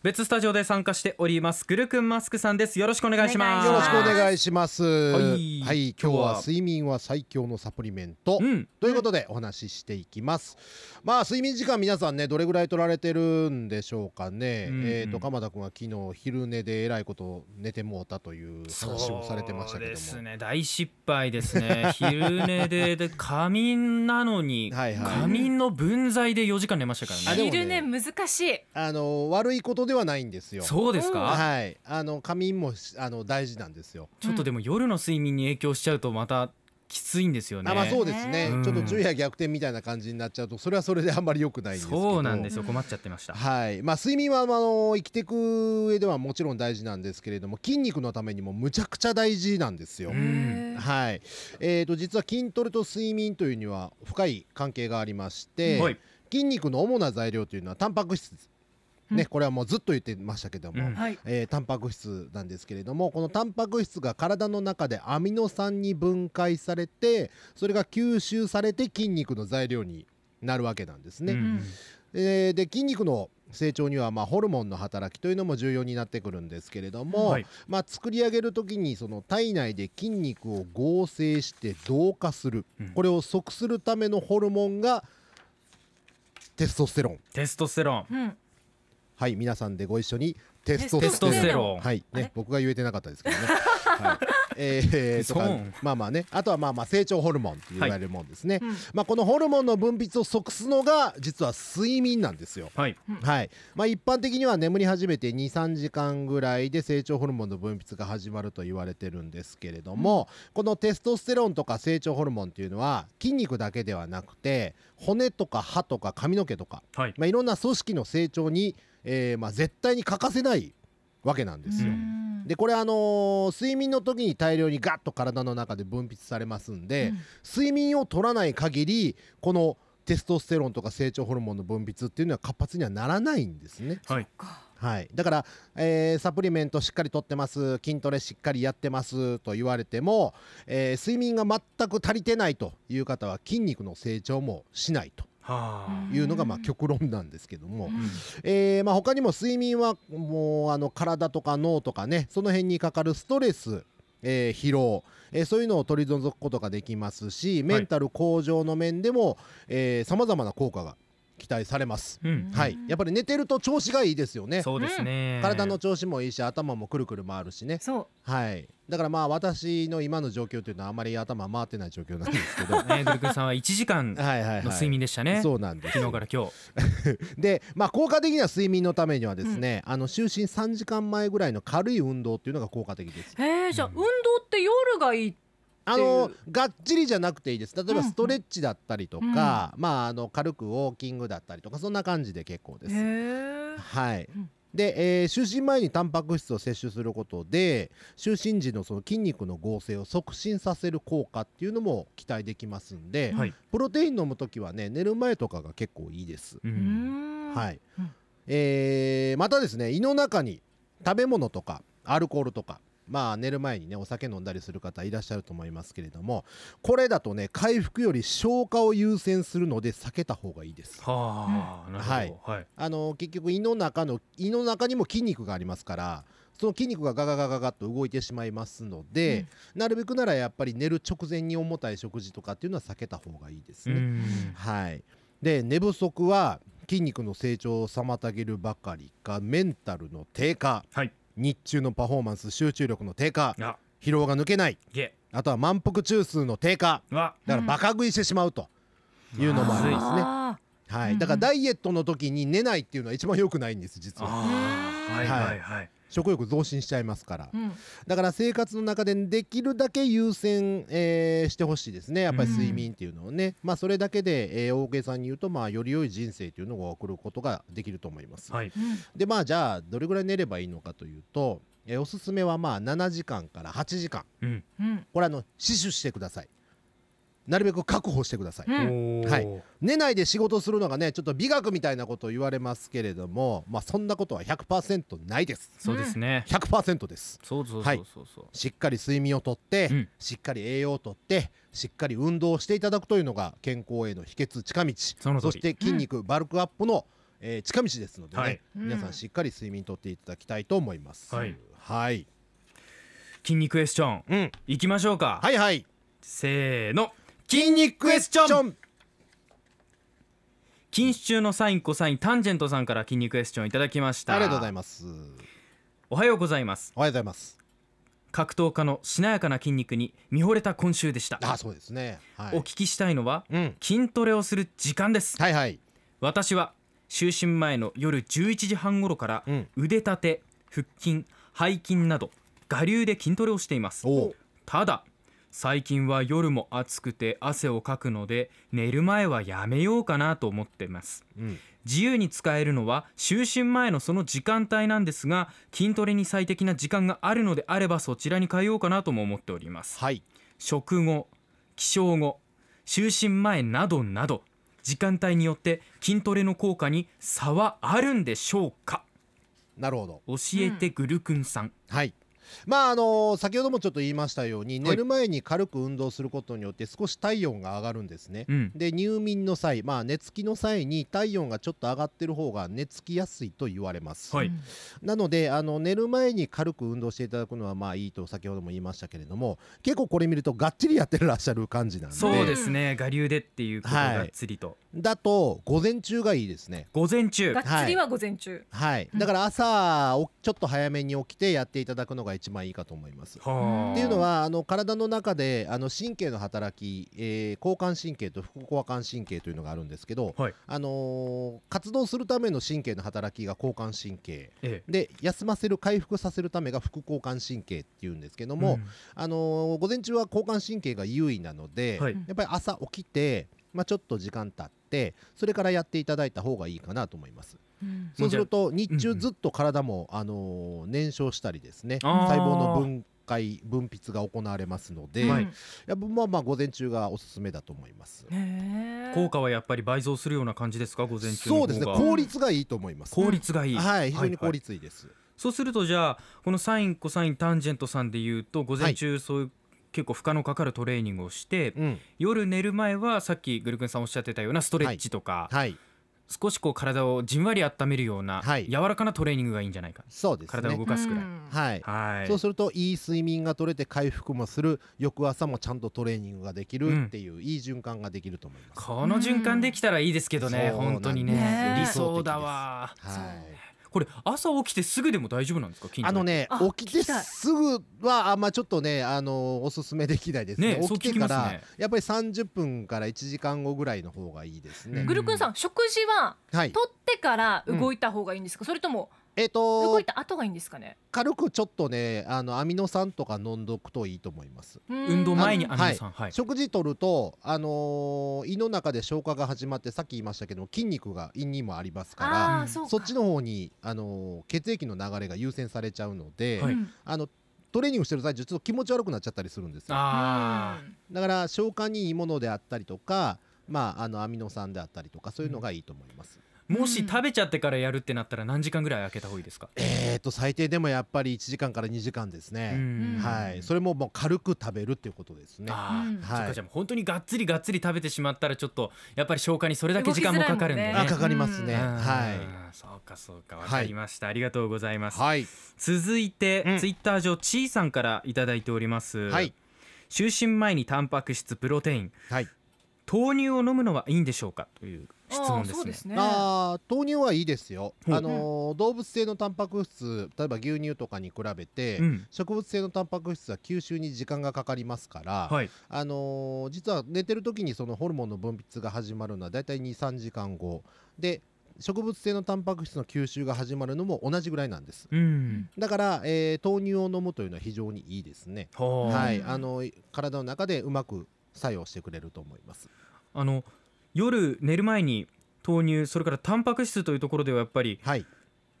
別スタジオで参加しておりますグルくんマスクさんですよろしくお願いしますよろしくお願いします。はいい、今日は睡眠は最強のサプリメント、うんということでお話ししていきます。まあ睡眠時間皆さんねどれぐらい取られてるんでしょうかね。うんうんえっ、と鎌田君は昨日昼寝でえらいこと寝てもうたという話をされてましたそけうでどすも。ね大失敗です ね昼寝でで仮眠なのにはいはい仮眠の分際で4時間寝ましたからあねでもね昼寝難しい。あの悪いことではないんですよ。そうですか、はい、あの仮眠もしあの大事なんですよ。ちょっとでも夜の睡眠に影響しちゃうとまたきついんですよねあまあそうですね。ねちょっと昼夜逆転みたいな感じになっちゃうとそれはそれであんまり良くないんですけど。そうなんですよ困っちゃってました、はいまあ、睡眠はあの生きていく上ではもちろん大事なんですけれども筋肉のためにもむちゃくちゃ大事なんですよ。うんへーはいえー、と実は筋トレと睡眠というには深い関係がありまして、はい筋肉の主な材料というのはタンパク質、ねこれはもうずっと言ってましたけども、うんはい。えータンパク質なんですけれどもこのタンパク質が体の中でアミノ酸に分解されてそれが吸収されて筋肉の材料になるわけなんですね。うんえーで筋肉の成長にはまあホルモンの働きというのも重要になってくるんですけれども、はいまあ、作り上げる時にその体内で筋肉を合成して同化する、うんこれを即するためのホルモンがテストステロンテストステロンうん。はい皆さんでご一緒にテストテテスステロトンスステテロロン、はいあねれ、僕が言えてなかったですけど ね。はいえーとかそうまあまあねあとはまあまあ成長ホルモンって言われるもんですね、うんまあ、このホルモンの分泌を即すのが実は睡眠なんですよ。はいはいまあ、一般的には眠り始めて23時間ぐらいで成長ホルモンの分泌が始まると言われてるんですけれども、このテストステロンとか成長ホルモンっていうのは筋肉だけではなくて骨とか歯とか髪の毛とか、はいまあ、いろんな組織の成長に、えーまあ、絶対に欠かせないわけなんですよ。うんでこれあのー睡眠の時に大量にガッと体の中で分泌されますんで、うん睡眠を取らない限りこのテストステロンとか成長ホルモンの分泌っていうのは活発にはならないんですね。はいはい、だから、えーサプリメントしっかりとってます筋トレしっかりやってますと言われても、えー睡眠が全く足りてないという方は筋肉の成長もしないとはいうのがまあうん極論なんですけども、うあんえーまあ、他にも睡眠はもうあの体とか脳とかねその辺にかかるストレス、えー疲労、えーそういうのを取り除くことができますしメンタル向上の面でもさまざまな効果が期待されます、うん、うん、はい、やっぱり寝てると調子がいいですよねそうですね、体の調子もいいし頭もくるくる回るしねそはいだからまあ私の今の状況というのはあまり頭回ってない状況なんで すけどはいね、グルクンさんは1時間のはい、はい、睡眠でしたね、そうなんです昨日から今日で、まあ、効果的な睡眠のためにはですね、あの就寝3時間前ぐらいの軽い運動っていうのが効果的です。う。へえ、じゃあうん運動って夜がいい。あのがっちりじゃなくていいです例えうばんストレッチだったりとか、まあ、あの軽くウォーキングだったりとかそんな感じで結構です。へえ。はいうんで、えー就寝前にタンパク質を摂取することで就寝時のその筋肉の合成を促進させる効果っていうのも期待できますんで、はいプロテイン飲む時はね寝る前とかが結構いいです。ううんん。はいい、うんえーまたですね胃の中に食べ物とかアルコールとかまあ寝る前にねお酒飲んだりする方いらっしゃると思いますけれどもこれだとね回復より消化を優先するので避けた方がいいですはあ、なるほど、はい、あの結局胃の中の胃の中にも筋肉がありますからその筋肉がガガガガガッと動いてしまいますので、なるべくならやっぱり寝る直前に重たい食事とかっていうのは避けた方がいいですうね、ん、はい、で寝不足は筋肉の成長を妨げるばかりかメンタルの低下はい、日中のパフォーマンス集中力の低下あ、疲労が抜けないげ、あとは満腹中枢の低下わ、だからバカ食いしてしまうというのもありますね、あはうい、んだからダイエットの時に寝ないっていうのは一番良くないんです実はあー、はいはいはい、食欲増進しちゃいますからーうんだから生活の中でできるだけ優先、えーしてほしいですねやっぱりうん睡眠っていうのをね、まあそれだけで、えー、大げさに言うとまあより良い人生というのを送ることができると思います、はい、うんでまあじゃあどれぐらい寝ればいいのかというと、えーおすすめはまあ7時間から8時間うん、うんこれあの死守してくださいなるべく確保してください、うんおーはい寝ないで仕事するのがねちょっと美学みたいなことを言われますけれどもまあそんなことは100%ないですそうですね、 100%ですそうそうそはういそうそう、しっかり睡眠をとって、うんしっかり栄養をとってしっかり運動をしていただくというのが健康への秘訣近道その通りして筋肉バルクアップの、えー近道ですのでね、はい皆さんしっかり睡眠とっていただきたいと思います。はい、はい、筋肉クエスチョンうん、いきましょうか、はいはい。せーの筋肉クエスチョンン。禁止中のサインコサインタンジェントさんから筋肉クエスチョンいただきましたありがとうございますます。おはようございますおはようございます。格闘家のしなやかな筋肉に見惚れた今週でしたあ、そうですね。はおい。聞きしたいのはうん。筋トレをする時間ですはいはい。私は就寝前の夜11時半頃からうん腕立て腹筋背筋など我流で筋トレをしていますおうただ最近は夜も暑くて汗をかくので寝る前はやめようかなと思ってますうん。自由に使えるのは就寝前のその時間帯なんですが筋トレに最適な時間があるのであればそちらに変えようかなとも思っておりますはい。食後起床後就寝前などなど時間帯によって筋トレの効果に差はあるんでしょうかなるほど。教えてぐるくんさん、はい。まああの先ほどもちょっと言いましたようにはい寝る前に軽く運動することによって少し体温が上がるんですね。うんで入眠の際、まあ、寝つきの際に体温がちょっと上がってる方が寝つきやすいと言われます、はいなのであの寝る前に軽く運動していただくのはまあいいと先ほども言いましたけれども結構これ見るとがっちりやってらっしゃる感じなんでそうですね我流でっていうことはいがっつりと、だと午前中がいいですね午前中がっつりは午前中。はいだから朝おちょっと早めに起きてやっていただくのが一番いいかと思いますはあっていうのはあの体の中であの神経の働き、えー交感神経と副交感神経というのがあるんですけど、はいあのー活動するための神経の働きが交感神経ええで休ませる回復させるためが副交感神経っていうんですけども、あのー午前中は交感神経が優位なので、はいやっぱり朝起きて、まあ、ちょっと時間経ってそれからやっていただいた方がいいかなと思います。うんそうすると日う中んうんずっと体も、あのー燃焼したりですねあー細胞の分解分泌が行われますので、はいうんやっぱまあまあ午前中がおすすめだと思います。へー効果はやっぱり倍増するような感じですか午前中の方そがうですね効率がいいと思います。効率がいい、はい非常には効いはい率いいです。そうするとじゃあこのサインコサインタンジェントさんで言うと午前中そういう結構負荷のかかるトレーニングをして、うん夜寝る前はさっきグルクンさんおっしゃってたようなストレッチとか、はい少しこう体をじんわり温めるようなはい柔らかなトレーニングがいいんじゃないか、そうです体を動ね。かすくらい、うんはい。はいそうするといい睡眠が取れて回復もする翌朝もちゃんとトレーニングができうんるっていう、いい循環ができると思います。この循環できたらいいですけどね、うん本当にそうねなんで理す想だわはい。これ朝起きてすぐでも大丈夫なんですか筋トレあのねあ起きて聞きたいすぐはあんまちょっとねあのおすすめできないですねねそう起きてか聞きまら、すねやっぱり30分から1時間後ぐらいの方がいいですね、うんぐるくんさん、食事ははい取ってから動いた方がいいんですか、それともえっ、動といた後がいいんですかね。軽くちょっとねあのアミノ酸とか飲んどくといいと思います運動前にアあミノ酸はい、食事取ると、あのー胃の中で消化が始まってさっき言いましたけど筋肉が胃にもありますかうあーんそうらかそっちの方に、あのー血液の流れが優先されちゃうので、はいうんあのトレーニングしてる最中ちょっと気持ち悪くなっちゃったりするんですよあだから消化にいいものであったりとか、まあ、あのアミノ酸であったりとかそういうのがいいと思います、ーもし食べちゃってからやるってなったら何時間ぐらい空けた方がいいですか、えー、と最低でもやっぱり1時間から2時間ですね、うんはいそれももう軽く食べるっていうことですねあーうんそっはかいじゃあもう本当にがっつりがっつり食べてしまったらちょっとやっぱり消化にそれだけ時間もかかるんでね動きづらいもんあかかりますね、うんはいそうかそうかわかりました、ありがとうございます、はい続いて、うんツイッター上ちーさんからいただいております、はい就寝前にタンパク質プロテインはい豆乳を飲むのはいいんでしょうかという質問であーそすうねですね。あー豆乳はいいですよ、ほうあのー動物性のタンパク質例えば牛乳とかに比べて、うん植物性のタンパク質は吸収に時間がかかりますから、はいあのー実は寝てる時にそのホルモンの分泌が始まるのはだいたい23時間後で植物性のタンパク質の吸収が始まるのも同じぐらいなんですうんだから、えー豆乳を飲むというのは非常にいいですねはあ、はいあのー体の中でうまく作用してくれると思いますあの夜寝る前に豆乳それからタンパク質というところではやっぱりはい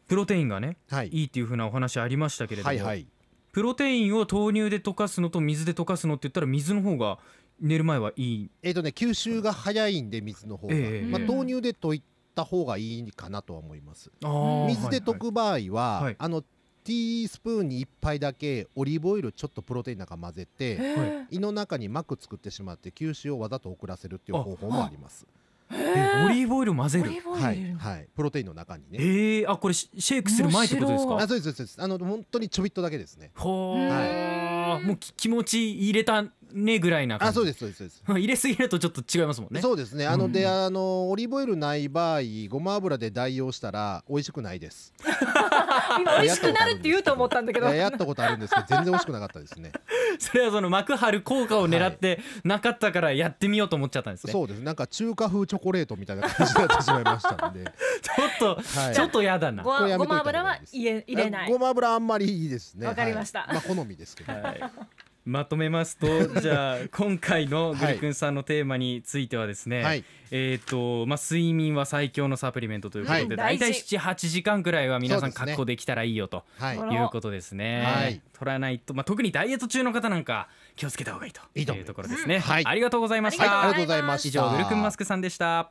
プロテインがねはいいいっていうふうなお話ありましたけれどはも、いはいプロテインを豆乳で溶かすのと水で溶かすのって言ったら水の方が寝る前はいいえっ、とね吸収が早いんで水の方が、ええまあ、うん豆乳で溶いた方がいいかなとは思いますあー水で溶く場合は、はいあのティースプーンに1杯だけオリーブオイルちょっとプロテインなんか混ぜてへーは胃の中に膜作ってしまって吸収をわざと遅らせるっていう方法もあります。えオリーブオイル混ぜオるリーブオイルは入れいるのはいプロテインの中にねえー、あこれシシェイクする前ってことです面白かあそうですそうですそうですあの本当にちょびっとだけですねほー、はいもうき気持ち入れたねぐらいな感じあそうですそうですそうです 入れすぎるとちょっと違いますもんねそうですねあの、うんであのオリーブオイルない場合ごま油で代用したら美味しくないです今美味しくなるって言うと思ったんだけどいややったことあるんですけど全然美味しくなかったですねそれはその幕張効果を狙ってなかったからやってみようと思っちゃったんですね、そうですなんか中華風チョコレートみたいな感じになってしまいましたんで、ちょっと、はい、ちょっとやだなごこれやごめといまた方が油はいいで入すれ入れないあごま油あんまりいいですねわかりましたはいまあ好みですけどはいまとめますとじゃあ今回のグリくんさんのテーマについてはですね、はいえっ、とまあ睡眠は最強のサプリメントということで、はい大体大事78時間くらいは皆さんそうですね確保できたらいいよとはいあらいうことですね、はい取らないと、まあ、特にダイエット中の方なんか気をつけた方がいいといいと思いいうますところですね、はいありがとうございました、はい、ありがとうございました以上グルクンマスクさんでした